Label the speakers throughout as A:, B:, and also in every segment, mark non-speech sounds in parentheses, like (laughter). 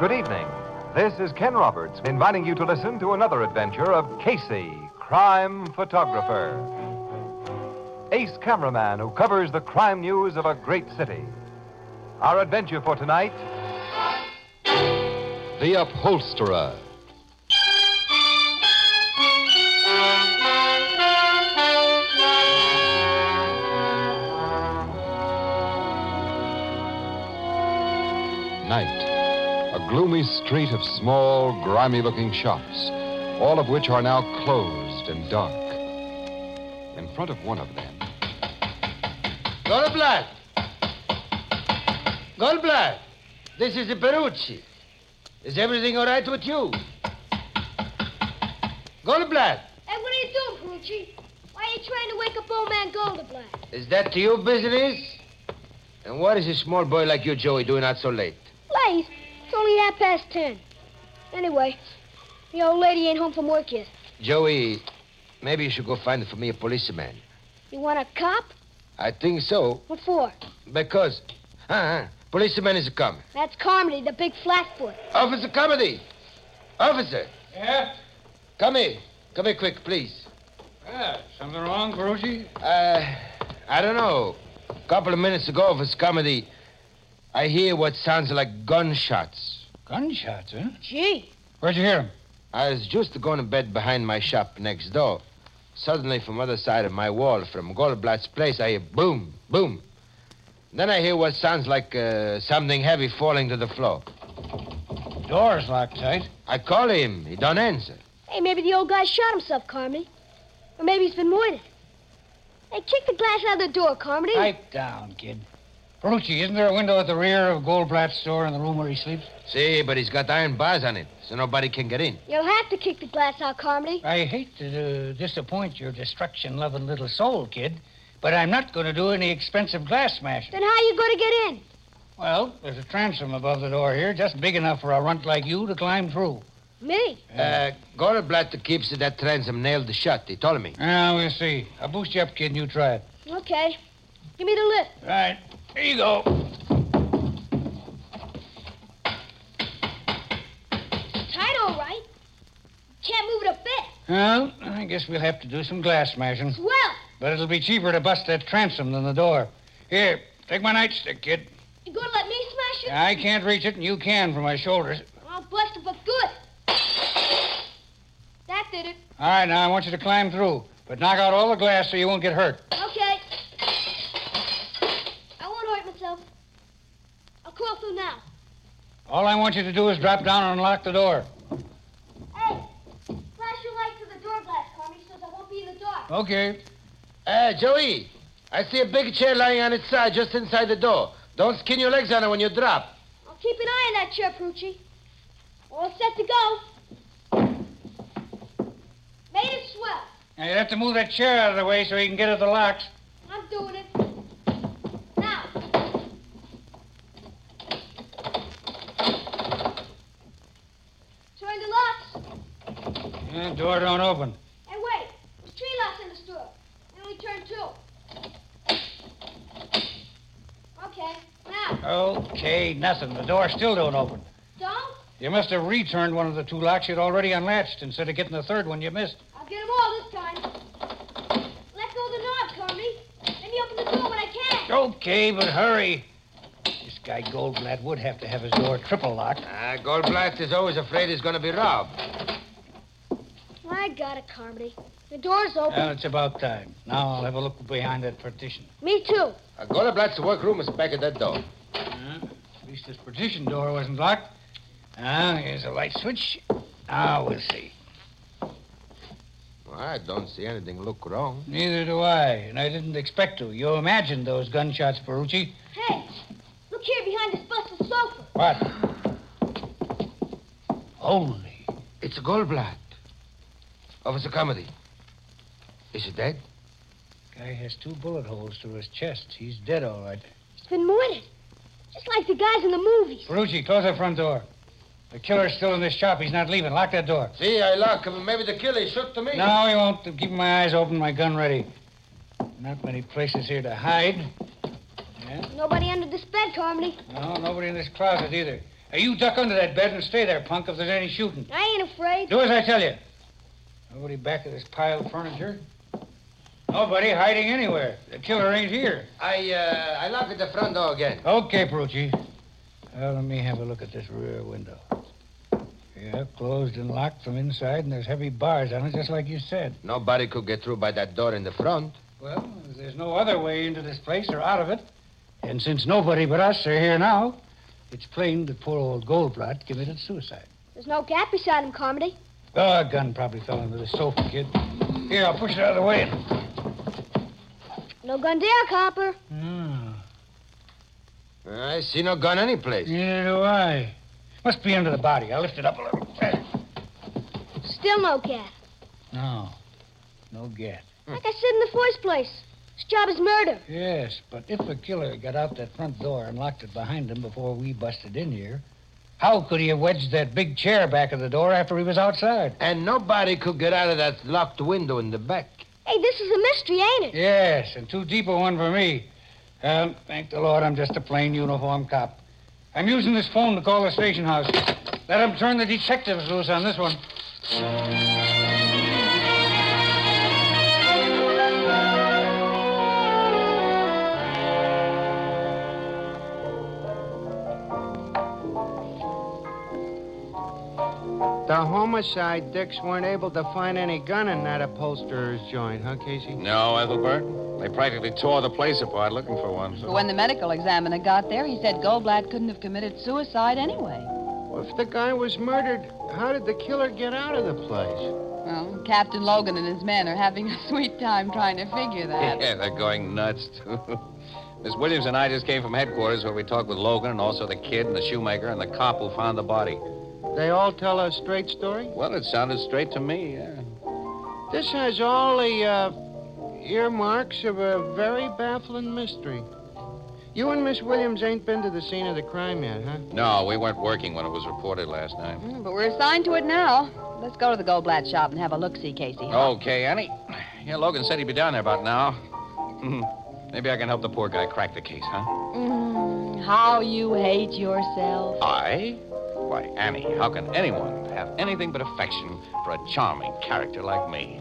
A: Good evening. This is Ken Roberts inviting you to listen to another adventure of Casey, crime photographer. Ace cameraman who covers the crime news of a great city. Our adventure for tonight The Upholsterer. Night. A gloomy street of small, grimy looking shops, all of which are now closed and dark. In front of one of them.
B: Goldblatt! Goldblatt! This is the Perucci. Is everything all right with you? Goldblatt,
C: Hey, what are you doing, Perucci? Why are you trying to wake up old man Goldenblatt?
B: is that to you business? And what is a small boy like you, Joey, doing out so late?
C: Late. It's only half past ten. Anyway, the old lady ain't home from work yet.
B: Joey, maybe you should go find for me a policeman.
C: You want a cop?
B: I think so,
C: What for?
B: because. Uh-huh. Policeman is coming.
C: That's Carmody, the big flatfoot.
B: Officer Comedy! Officer!
D: Yeah?
B: Come here. Come here quick, please.
D: Ah, something wrong, Perucci?
B: Uh, I don't know. A couple of minutes ago, for comedy, I hear what sounds like gunshots.
D: Gunshots, huh?
C: Gee.
D: Where'd you hear 'em?
B: I was just going to bed behind my shop next door. Suddenly, from other side of my wall, from Goldblatt's place, I hear boom, boom. Then I hear what sounds like uh, something heavy falling to the floor.
D: Door's locked tight.
B: I call him. He don't answer.
C: Hey, maybe the old guy shot himself, Carmody. Or maybe he's been murdered. Hey, kick the glass out of the door, Carmody.
D: Pipe down, kid. Perucci, isn't there a window at the rear of Goldblatt's store in the room where he sleeps?
B: See, but he's got iron bars on it, so nobody can get in.
C: You'll have to kick the glass out, Carmody.
D: I hate to uh, disappoint your destruction-loving little soul, kid, but I'm not going to do any expensive glass smashing.
C: Then how you going to get in?
D: Well, there's a transom above the door here, just big enough for a runt like you to climb through.
C: Me?
B: Uh, Goldblatt keeps that transom nailed shut, he told me.
D: Now, we'll see. I'll boost you up, kid, and you try it.
C: Okay. Give me the lift.
D: Right. Here you go.
C: It's tight, all right. Can't move it a bit.
D: Well, I guess we'll have to do some glass smashing.
C: Well,
D: But it'll be cheaper to bust that transom than the door. Here, take my nightstick, kid.
C: you going to let me smash it?
D: I can't reach it, and you can from my shoulders.
C: I'll bust it for good. That did it.
D: All right, now I want you to climb through, but knock out all the glass so you won't get hurt.
C: Okay. I won't hurt myself. I'll crawl through now.
D: All I want you to do is drop down and unlock the door.
C: Hey, flash your light to the door glass, Carmy, so I won't be in the dark.
D: Okay.
B: Uh, Joey, I see a big chair lying on its side just inside the door. Don't skin your legs on it when you drop.
C: I'll keep an eye on that chair, Poochie. All set to go. Made it swell.
D: Now you have to move that chair out of the way so he can get at the locks.
C: I'm doing it. Now. Turn the locks.
D: Yeah, Uh, door don't open.
C: Hey, wait. There's tree locks in the store. Then we turn two. Okay. Now.
D: Okay, nothing. The door still don't open.
C: Don't.
D: You must have returned one of the two locks you'd already unlatched instead of getting the third one you missed.
C: I'll get them all this time. Let go of the knob, Carmy. Let me open the door when I can.
D: Okay, but hurry. This guy Goldblatt would have to have his door triple locked.
B: Uh, Goldblatt is always afraid he's going to be robbed.
C: I got it, Carmody. The door's open.
D: Well, it's about time. Now I'll have a look behind that partition.
C: Me too.
B: Uh, Goldblatt's workroom is back at that door.
D: At least this partition door wasn't locked. Ah, here's a light switch. Now we'll see.
B: Well, I don't see anything look wrong.
D: Neither do I, and I didn't expect to. You imagined those gunshots, Perucci.
C: Hey, look here behind this busted sofa.
D: What? Holy.
B: It's Goldblatt. Officer Comedy. Is he dead?
D: Guy has two bullet holes through his chest. He's dead, all right.
C: It's been murdered. Just like the guys in the movies.
D: Perucci, close that front door. The killer's still in this shop. He's not leaving. Lock that door.
B: See, I lock him. Maybe the killer shoot to me.
D: No, he won't. I'm keeping my eyes open, my gun ready. Not many places here to hide.
C: Nobody under this bed, Carmody.
D: No, nobody in this closet either. Hey, you duck under that bed and stay there, punk, if there's any shooting.
C: I ain't afraid.
D: Do as I tell you. Nobody back of this pile of furniture. Nobody hiding anywhere. The killer ain't here.
B: I, uh, I lock at the front door again.
D: Okay, Perucci. Well, let me have a look at this rear window. Yeah, closed and locked from inside, and there's heavy bars on it, just like you said.
B: Nobody could get through by that door in the front.
D: Well, there's no other way into this place or out of it. And since nobody but us are here now, it's plain that poor old Goldblatt committed suicide.
C: There's no gap beside him, Carmody.
D: Oh, a gun probably fell into the sofa, kid. Here, I'll push it out of the way.
C: No gun there, copper.
D: No.
B: I see no gun anyplace.
D: Neither do I. Must be under the body. I'll lift it up a little. Eh. There.
C: Still no gap.
D: No. No gat.
E: Hmm.
C: Like I said in the first place, this job is murder.
D: Yes, but if the killer got out that front door and locked it behind him before we busted in here, how could he have wedged that big chair back of the door after he was outside?
B: And nobody could get out of that locked window in the back.
C: Hey, this is a mystery, ain't it?
D: Yes, and too deep a one for me. Um, thank the Lord, I'm just a plain uniform cop. I'm using this phone to call the station house. Let 'em turn the detectives loose on this one.
F: The homicide dicks weren't able to find any gun in that upholsterer's joint, huh, Casey?
G: No, Ethelbert. They practically tore the place apart looking for one.
H: But when the medical examiner got there, he said Goldblatt couldn't have committed suicide anyway.
F: Well, if the guy was murdered, how did the killer get out of the place?
H: Well, Captain Logan and his men are having a (laughs) sweet time trying to figure that.
G: Yeah, they're going nuts, too. (laughs) Miss Williams and I just came from headquarters where we talked with Logan and also the kid and the shoemaker and the cop who found the body.
F: They all tell a straight story?
G: Well, it sounded straight to me, yeah.
F: This has all the uh, earmarks of a very baffling mystery. You and Miss Williams ain't been to the scene of the crime yet, huh?
G: No, we weren't working when it was reported last night.
H: Mm, But we're assigned to it now. Let's go to the Goldblatt shop and have a look-see, Casey.
G: Okay, Annie. Yeah, Logan said he'd be down there about now. (laughs) Hmm. Maybe I can help the poor guy crack the case, huh?
H: Mm, how you hate yourself.
G: I? Why, Annie, how can anyone have anything but affection for a charming character like me?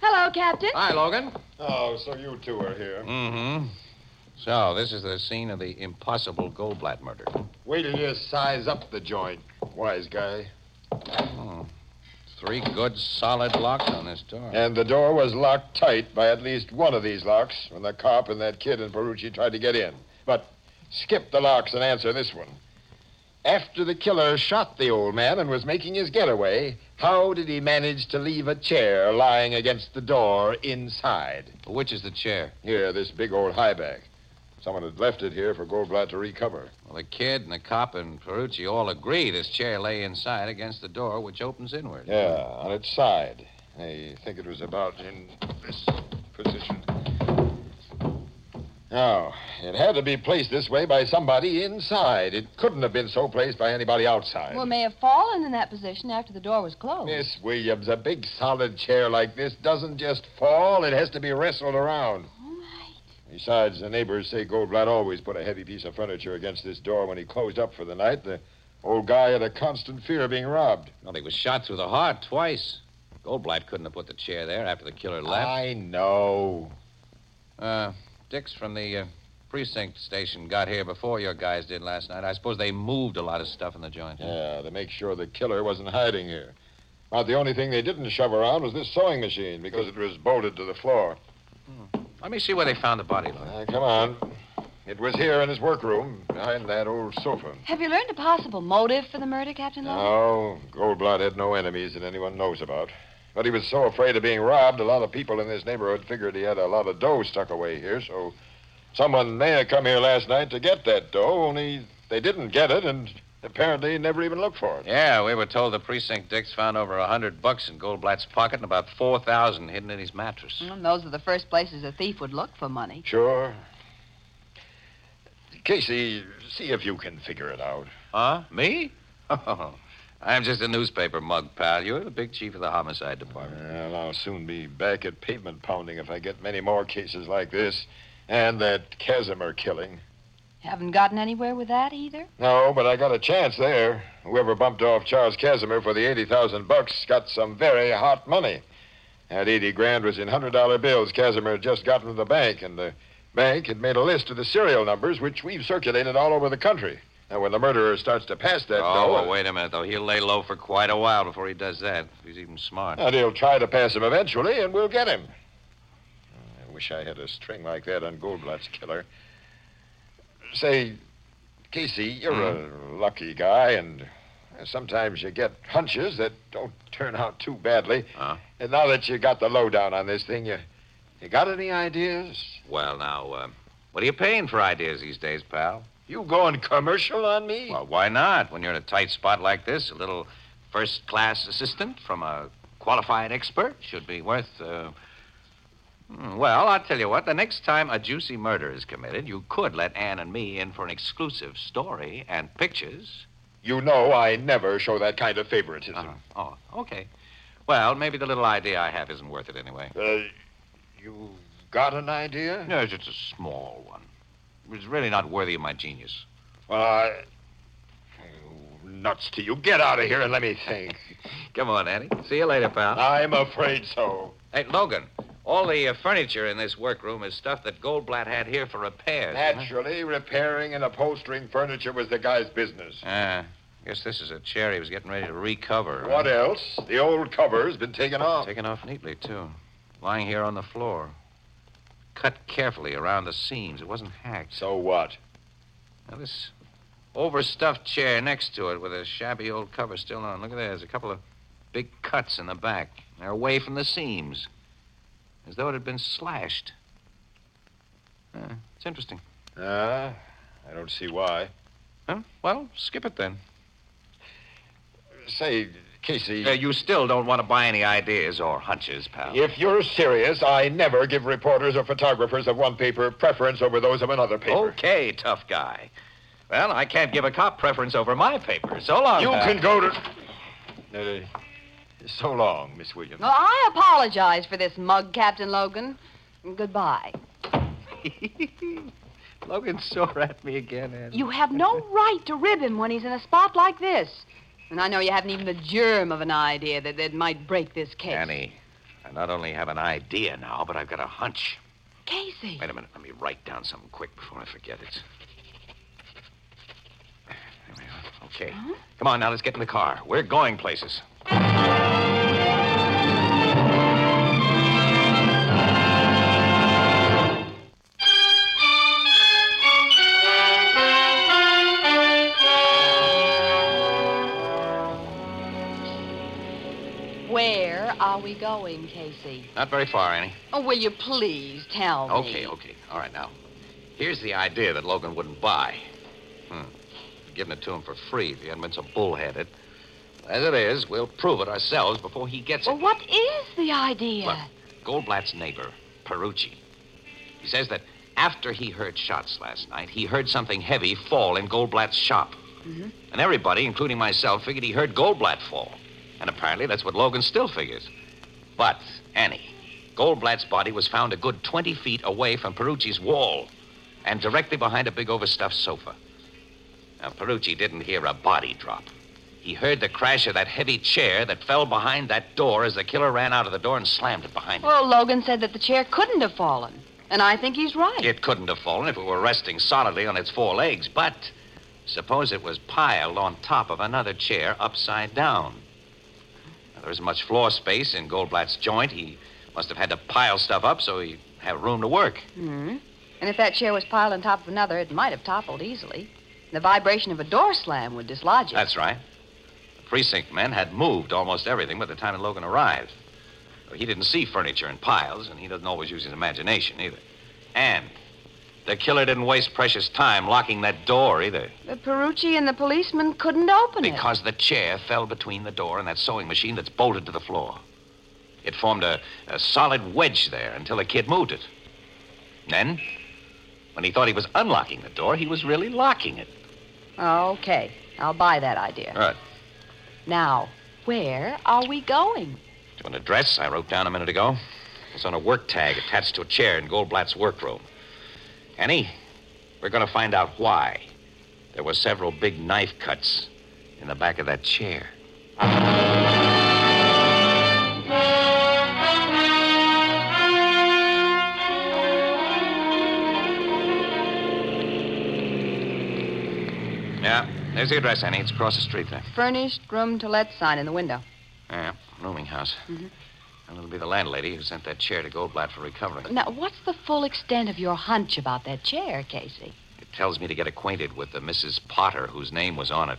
H: Hello, Captain.
G: Hi, Logan.
I: Oh, so you two are here.
G: Mm-hmm. So, this is the scene of the impossible Goldblatt murder.
I: Wait till you size up the joint, wise guy.
G: Oh. Three good, solid locks on this door.
I: And the door was locked tight by at least one of these locks when the cop and that kid and Perucci tried to get in. But skip the locks and answer this one. After the killer shot the old man and was making his getaway, how did he manage to leave a chair lying against the door inside?
G: Which is the chair?
I: Here, this big old highback. Someone had left it here for Goldblatt to recover.
G: Well, the kid and the cop and Perucci all agree this chair lay inside against the door, which opens inward.
I: Yeah, on its side. I think it was about in this position. Now, it had to be placed this way by somebody inside. It couldn't have been so placed by anybody outside.
H: Well, it may have fallen in that position after the door was closed.
I: Miss Williams, a big solid chair like this doesn't just fall, it has to be wrestled around.
H: All right.
I: Besides, the neighbors say Goldblatt always put a heavy piece of furniture against this door when he closed up for the night. The old guy had a constant fear of being robbed.
G: Well, he was shot through the heart twice. Goldblatt couldn't have put the chair there after the killer left.
I: I know.
G: Uh, Dix from the uh, precinct station got here before your guys did last night. I suppose they moved a lot of stuff in the joint.
I: Yeah, to make sure the killer wasn't hiding here. About the only thing they didn't shove around was this sewing machine because it was bolted to the floor.
G: Let me see where they found the body, Lloyd.
I: Ah, come on. It was here in his workroom behind that old sofa.
H: Have you learned a possible motive for the murder, Captain Logan?
I: No, Goldblatt had no enemies that anyone knows about. But he was so afraid of being robbed, a lot of people in this neighborhood figured he had a lot of dough stuck away here, so someone may have come here last night to get that dough, only they didn't get it and apparently never even looked for it.
G: Yeah, we were told the precinct Dix found over a hundred bucks in Goldblatt's pocket and about four thousand hidden in his mattress.
H: Mm, those are the first places a thief would look for money.
I: Sure. Casey, see if you can figure it out.
G: Huh? Me? (laughs) Oh, I'm just a newspaper mug, pal. You're the big chief of the homicide department.
I: Well, I'll soon be back at pavement pounding if I get many more cases like this. And that Casimir killing.
H: Haven't gotten anywhere with that either?
I: No, but I got a chance there. Whoever bumped off Charles Casimir for the 80,000 bucks got some very hot money. That 80 grand was in $100 bills Casimir had just gotten from the bank, and the bank had made a list of the serial numbers, which we've circulated all over the country. Now, when the murderer starts to pass that
G: oh,
I: dough...
G: well, wait a minute, though. He'll lay low for quite a while before he does that. if He's even smart.
I: And he'll Uh, try to pass him eventually, and we'll get him. I wish I had a string like that on Goldblatt's killer. Say, Casey, you're
G: Hmm?
I: a lucky guy, and sometimes you get hunches that don't turn out too badly.
G: Huh?
I: And now that you got the lowdown on this thing, you, you got any ideas?
G: Well, now, uh, what are you paying for ideas these days, pal?
I: You going commercial on me?
G: Well, why not? When you're in a tight spot like this, a little first class assistant from a qualified expert should be worth. Uh... hmm, Well, I'll tell you what. The next time a juicy murder is committed, you could let Anne and me in for an exclusive story and pictures.
I: You know I never show that kind of favoritism.
G: Uh-huh. Oh, okay. Well, maybe the little idea I have isn't worth it anyway.
I: Uh, you got an idea?
G: No, it's just a small one. It's really not worthy of my genius.
I: Well, I... you Uh, Nuts to you. Get out of here and let me (laughs) think.
G: Come on, Annie. See you later, pal.
I: I'm afraid so.
G: Hey, Logan, all the uh, furniture in this workroom is stuff that Goldblatt had here for repairs.
I: Naturally, repairing and upholstering furniture was the guy's business.
G: Ah, guess this is a chair he was getting ready to recover. huh?
I: What else? The old cover's been taken off.
G: Taken off neatly, too. Lying here on the floor. Cut carefully around the seams. It wasn't hacked.
I: So what?
G: Now, this overstuffed chair next to it with a shabby old cover still on. Look at there. There's a couple of big cuts in the back. They're away from the seams, as though it had been slashed. Ah, it's interesting.
I: Uh, I don't see why.
G: Huh? Well, skip it then.
I: Say, Casey,
G: Uh, you still don't want to buy any ideas or hunches, pal.
I: if you're serious, I never give reporters or photographers of one paper preference over those of another paper.
G: Okay, tough guy. Well, I can't give a cop preference over my paper. So long.
I: You
G: pal. (laughs)
I: can go to. Uh, so long, Miss Williams.
H: Well, I apologize for this mug, Captain Logan. Goodbye.
G: Logan's sore at me again, Andy.
H: You have no right to rib him when he's in a spot like this. And I know you haven't even the germ of an idea that, that might break this case.
G: Annie, I not only have an idea now, but I've got a hunch.
H: Casey.
G: Wait a minute. Let me write down something quick before I forget it. There we are. Okay. Come on, now, let's get in the car. We're going places.
H: Where are we going, Casey?
G: Not very far, Annie.
H: Oh, will you please tell me?
G: Okay, okay. All right, now. Here's the idea that Logan wouldn't buy. Hmm. Giving it to him for free if he hadn't been so bullheaded. As it is, we'll prove it ourselves before he gets
H: Well,
G: it.
H: what is the idea?
G: Look, Goldblatt's neighbor, Perucci. He says that after he heard shots last night, he heard something heavy fall in Goldblatt's shop. And everybody, including myself, figured he heard Goldblatt fall. And apparently that's what Logan still figures. But, Annie, Goldblatt's body was found a good 20 feet away from Perucci's wall and directly behind a big overstuffed sofa. Now, Perucci didn't hear a body drop. He heard the crash of that heavy chair that fell behind that door as the killer ran out of the door and slammed it behind him.
H: Well, Logan said that the chair couldn't have fallen. And I think he's right.
G: It couldn't have fallen if it were resting solidly on its four legs, but suppose it was piled on top of another chair upside down. Now, there isn't much floor space in Goldblatt's joint. He must have had to pile stuff up so he'd have room to work.
H: hmm And if that chair was piled on top of another, it might have toppled easily. The vibration of a door slam would dislodge it.
G: That's right. The precinct men had moved almost everything by the time Logan arrived. He didn't see furniture in piles, and he doesn't always use his imagination either. And the killer didn't waste precious time locking that door either.
H: But Perucci and the policeman couldn't open it.
G: Because the chair fell between the door and that sewing machine that's bolted to the floor. It formed a, a solid wedge there until a kid moved it. Then, when he thought he was unlocking the door, he was really locking it.
H: Okay. I'll buy that idea.
G: All right.
H: Now, where are we going?
G: To an address I wrote down a minute ago. It's on a work tag attached to a chair in Goldblatt's workroom. Annie, we're going to find out why. There were several big knife cuts in the back of that chair. Yeah, there's the address, Annie. It's across the street there.
H: Furnished room to let sign in the window.
G: Yeah, rooming house.
H: Mm-hmm.
G: And it'll be the landlady who sent that chair to Goldblatt for recovery.
H: Now, what's the full extent of your hunch about that chair, Casey?
G: It tells me to get acquainted with the Mrs. Potter whose name was on it.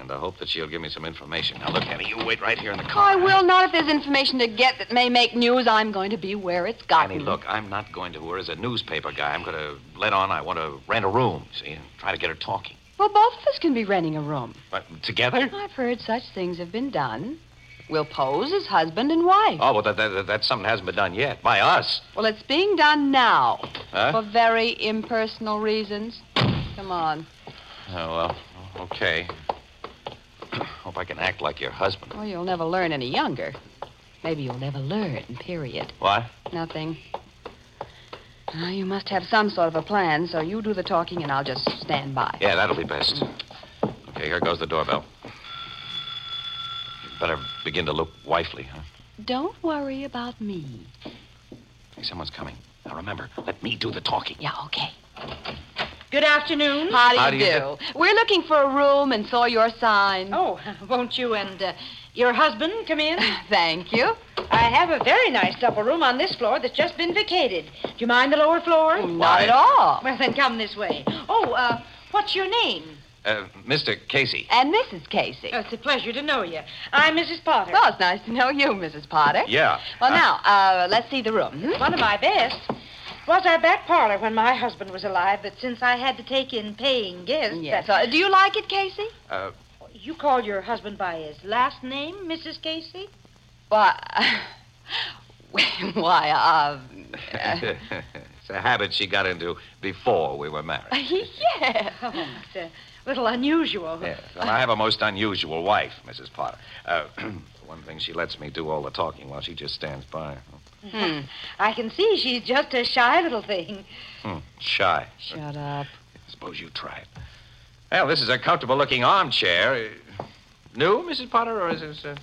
G: And I hope that she'll give me some information. Now, look, Annie, you wait right here in the
H: Oh, I
G: car.
H: will not. If there's information to get that may make news, I'm going to be where it's gotten.
G: Annie, look, I'm not going to her as a newspaper guy. I'm going to let on I want to rent a room, see, and try to get her talking.
H: Well, both of us can be renting a room.
G: But together?
H: I've heard such things have been done. We'll pose as husband and wife.
G: Oh, well, that, that, that- that's something that hasn't been done yet by us.
H: Well, it's being done now
G: Huh?
H: for very impersonal reasons. Come on.
G: Oh, well, okay. (coughs) Hope I can act like your husband.
H: Well, you'll never learn any younger. Maybe you'll never learn, period.
G: What?
H: Nothing. Ah, you must have some sort of a plan, so you do the talking and I'll just stand by.
G: Yeah, that'll be best. Okay, here goes the doorbell. You better begin to look wifely, huh?
H: Don't worry about me.
G: Hey, someone's coming. Now remember, let me do the talking.
H: Yeah, okay.
E: Good afternoon.
H: How do,
G: How
H: you,
G: do you
H: do? We're looking for a room and saw your sign.
E: Oh, (laughs) won't you and uh, your husband come in?
H: (laughs) Thank you.
E: (laughs) I have a very nice double room on this floor that's just been vacated. Do you mind the lower floor?
H: Not at all.
E: Well, then come this way. Oh, uh, what's your name?
G: Uh, Mr. Casey.
H: And Mrs. Casey.
E: Oh, it's a pleasure to know you. I'm Mrs. Potter.
H: Well, it's nice to know you, Mrs. Potter.
G: Yeah.
H: Well,
G: Uh,
H: now, uh, let's see the room. hmm?
E: One of my best was our back parlor when my husband was alive, but since I had to take in paying guests,
H: Yes.
E: that's-
H: Uh, do you like it, Casey?
G: Uh,
E: you call your husband by his last name, Mrs. Casey?
H: Why, (laughs) why, uh, uh,
G: (laughs)
H: (laughs)
G: it's a habit she got into before we were
H: (laughs)
G: married.
H: yes.
E: Oh, it's a little unusual. (laughs)
G: Yes. Well, I have a most unusual wife, Mrs. Potter. Uh, (clears throat) one thing, she lets me do all the talking while she just stands by.
H: Hmm.
E: I can see she's just a shy little thing.
G: Hmm, Shy.
H: Shut up.
G: Suppose you try it. Well, this is a comfortable looking armchair. Uh, New, Mrs. Potter, or is this uh,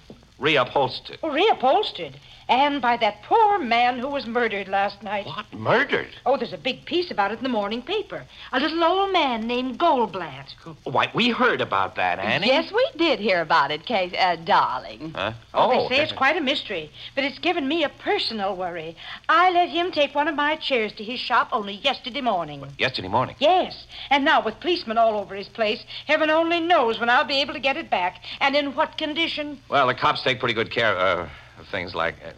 G: reupholstered?
E: Well, Oh, reupholstered. And by that poor man who was murdered last night.
G: What? Murdered?
E: Oh, there's a big piece about it in the morning paper. A little old man named Goldblatt.
G: Why, we heard about that, Annie.
H: Yes, we did hear about it, Casey, uh, darling.
G: Huh?
E: Oh, they say it's quite a mystery, but it's given me a personal worry. I let him take one of my chairs to his shop only yesterday morning.
G: yesterday morning.
E: Yes, and now with policemen all over his place, heaven only knows when I'll be able to get it back and in what condition.
G: Well, the cops take pretty good care uh, of things like. Uh,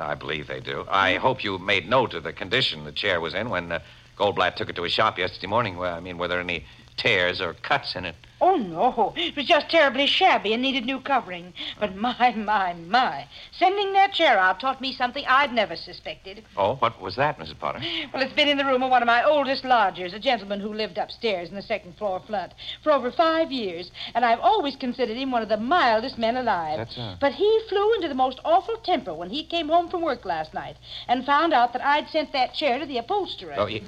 G: I believe they do. I
E: Mm-hmm.
G: hope you made note of the condition the chair was in when uh, Goldblatt took it to his shop yesterday morning. Well, I mean, were there any tears or cuts in it?
E: Oh, no. It was just terribly shabby and needed new covering. But my, my, my. Sending that chair out taught me something I'd never suspected.
G: Oh, what was that, Mrs. Potter?
E: Well, it's been in the room of one of my oldest lodgers, a gentleman who lived upstairs in the second floor front, for over five years, and I've always considered him one of the mildest men alive.
G: That's, uh,
E: But he flew into the most awful temper when he came home from work last night and found out that I'd sent that chair to the upholsterer.
G: Oh, he,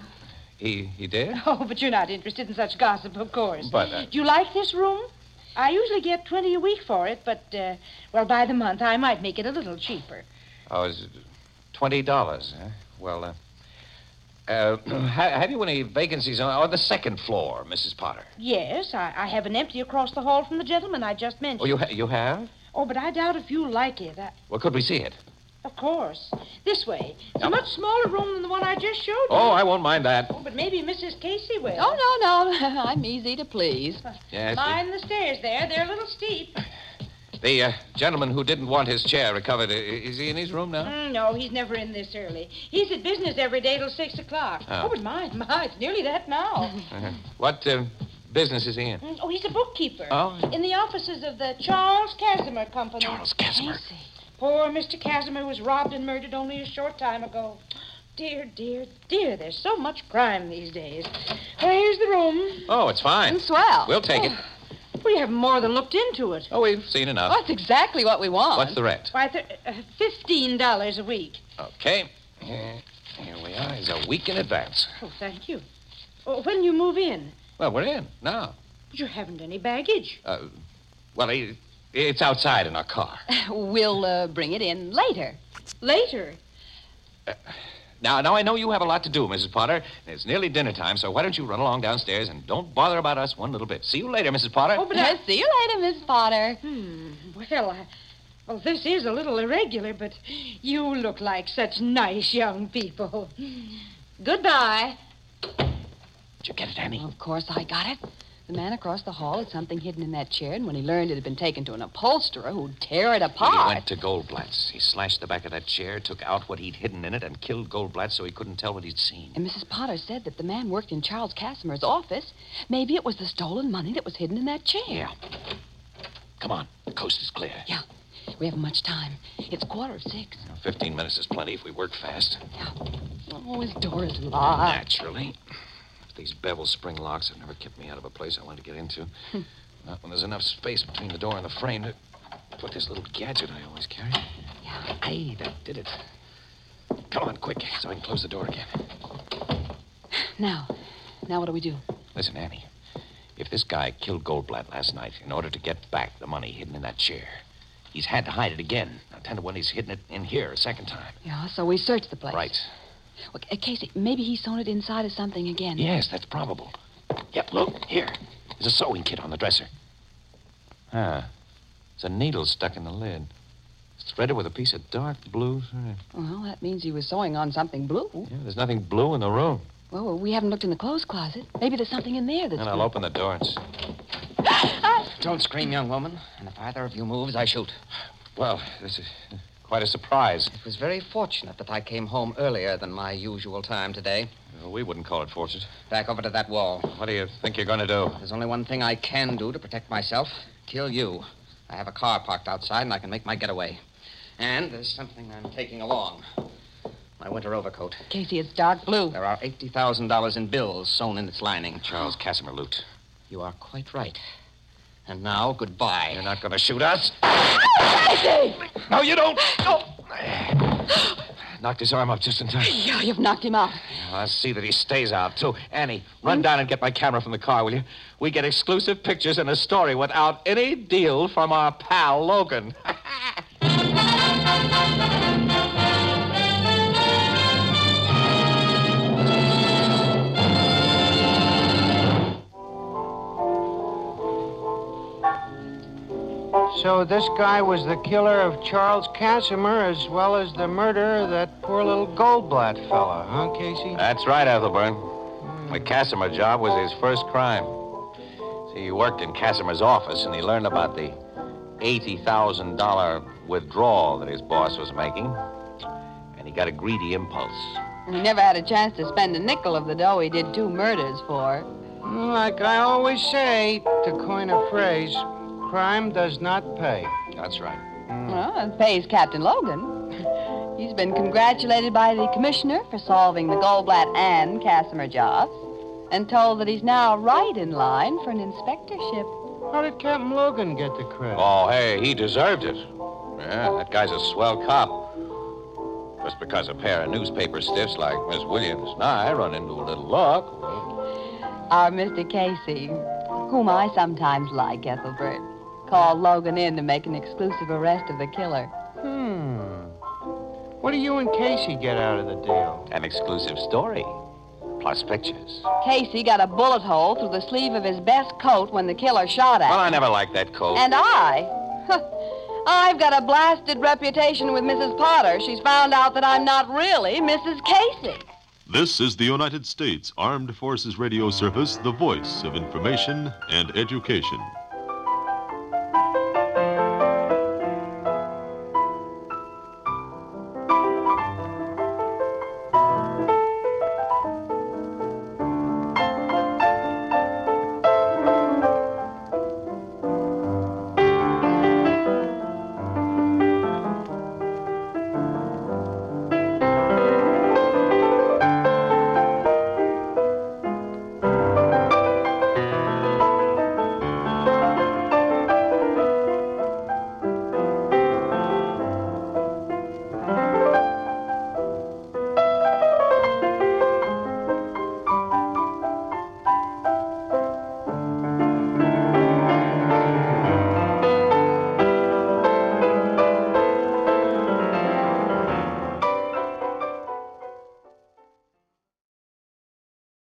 G: he, he did?
E: (laughs) Oh, but you're not interested in such gossip, of course.
G: But, uh,
E: Do you like this room? I usually get 20 a week for it, but, uh, well, by the month, I might make it a little cheaper.
G: Oh, it's twenty dollars. Huh? Well, uh, uh, (clears throat) ha- have you any vacancies on, on the second floor, Mrs. Potter?
E: Yes, I, I have an empty across the hall from the gentleman I just mentioned.
G: Oh, you ha- you have?
E: Oh, but I doubt if you like it. I,
G: Well, could we see it?
E: of course. This way. It's a much smaller room than the one I just showed you.
G: Oh, I won't mind that.
E: Oh, but maybe Mrs. Casey will.
H: Oh, no, no. (laughs) I'm easy to please.
G: Yes. the-
E: Mind the stairs there. They're a little steep.
G: The uh, gentleman who didn't want his chair recovered, i- is he in his room now?
E: Mm, no, he's never in this early. He's at business every day till 6 o'clock.
G: Oh.
E: Oh, but my, my, it's nearly
G: (laughs)
E: that now.
G: What uh, business is he in?
E: Mm, oh, he's a bookkeeper.
G: Oh.
E: In the offices of the Charles Casimir Company.
G: Charles Casimir.
E: Poor Mr. Casimir was robbed and murdered only a short time ago. Dear, dear, dear, there's so much crime these days. Well, here's the room.
G: Oh, it's fine.
H: Swell.
G: We'll take it.
E: We haven't more than looked into it.
G: Oh, we've seen enough.
H: That's exactly what we want.
G: What's the rent?
E: Why, th- uh, $15 a week.
G: Okay. Here here we are. He's a week in advance.
E: Oh, thank you. Oh, when you move in,
G: Well, we're in now.
E: but you haven't any baggage.
G: Uh, well, it- it's outside in our car.
H: (laughs) We'll uh, bring it in later.
E: Later.
G: Now, now I know you have a lot to do, Mrs. Potter. It's nearly dinner time, so why don't you run along downstairs and don't bother about us one little bit. See you later, Mrs. Potter.
E: Oh, but I...
H: See you later, Miss Potter.
E: Hmm, well, I... Well, this is a little irregular, but you look like such nice young people. Goodbye.
G: Did you get it, Annie?
H: Of course, I got it. The man across the hall had something hidden in that chair, and when he learned it had been taken to an upholsterer who'd tear it
G: He
H: apart.
G: went to Goldblatt's. He slashed the back of that chair, took out what he'd hidden in it, and killed Goldblatt so he couldn't tell what he'd seen.
H: And Mrs. Potter said that the man worked in Charles Casimir's office. Maybe it was the stolen money that was hidden in that chair.
G: Yeah. Come on. The coast is clear.
H: Yeah. We haven't much time. It's quarter of six.
G: Fifteen minutes is plenty if we work fast.
H: Oh, his door is locked.
G: Naturally. These bevel spring locks have never kept me out of a place I wanted to get into. Not when there's enough space between the door and the frame to put this little gadget I always carry.
H: Yeah.
G: Hey, that did it. Come on, quick, so I can close the door again.
H: Now, now what do we do?
G: Listen, Annie. If this guy killed Goldblatt last night in order to get back the money hidden in that chair, he's had to hide it again. Now, ten to one, he's hidden it in here a second time.
H: Yeah, so we search the place.
G: Right.
H: Well, uh, Casey, maybe he's sewn it inside of something again.
G: Yes, that's probable. Yep, look, here. There's a sewing kit on the dresser. Ah, there's a needle stuck in the lid. It's threaded with a piece of dark blue. thread.
H: Well, that means he was sewing on something blue.
G: Yeah, there's nothing blue in the room.
H: Well, well, we haven't looked in the clothes closet. Maybe there's something in there that's.
G: And I'll
H: blue.
G: open the door and. s-
D: Don't scream, young woman. And if either of you moves, I shoot.
G: Well, this is quite a surprise.
D: It was very fortunate that I came home earlier than my usual time today.
G: Uh, We wouldn't call it fortunate.
D: Back over to that wall.
G: What do you think you're going to do?
D: There's only one thing I can do to protect myself kill you. I have a car parked outside, and I can make my getaway. And there's something I'm taking along my winter overcoat.
H: Casey, it's dark blue.
D: There are $80,000 in bills sewn in its lining.
G: Charles Casimir Lute.
D: You are quite right. And now, goodbye.
G: You're not going to shoot us? No, you don't. No. Knocked his arm up just in time.
H: Yeah, (laughs) you've knocked him out.
G: I'll see that he stays out, too. Annie, run down and get my camera from the car, will you? We get exclusive pictures and a story without any deal from our pal Logan. (laughs)
B: So this guy was the killer of Charles Casimir as well as the murderer of that poor little Goldblatt fella, huh, Casey?
G: That's right, Ethelburn. The Casimir job was his first crime. See, he worked in Casimir's office and he learned about the $80,000 withdrawal that his boss was making. And he got a greedy impulse.
H: He never had a chance to spend a nickel of the dough he did two murders for.
B: Like I always say, to coin a phrase, crime does not pay.
G: That's right.
H: Well, it pays Captain Logan. He's been congratulated by the commissioner for solving the Goldblatt and Casimir jobs, and told that he's now right in line for an inspectorship.
B: How did Captain Logan get the credit?
G: Oh, hey, he deserved it. Yeah, that guy's a swell cop. Just because a pair of newspaper stiffs like Miss Williams and I run into a little luck. well,
H: Our Mr. Casey, whom I sometimes like, Ethelbert, called Logan in to make an exclusive arrest of the killer.
B: Hmm. What do you and Casey get out of the deal?
G: An exclusive story, plus pictures.
H: Casey got a bullet hole through the sleeve of his best coat when the killer shot at
G: Well,
H: him.
G: I never liked that coat.
H: And I? I've got a blasted reputation with Mrs. Potter. She's found out that I'm not really Mrs. Casey.
I: This is the United States Armed Forces Radio Service, the voice of information and education.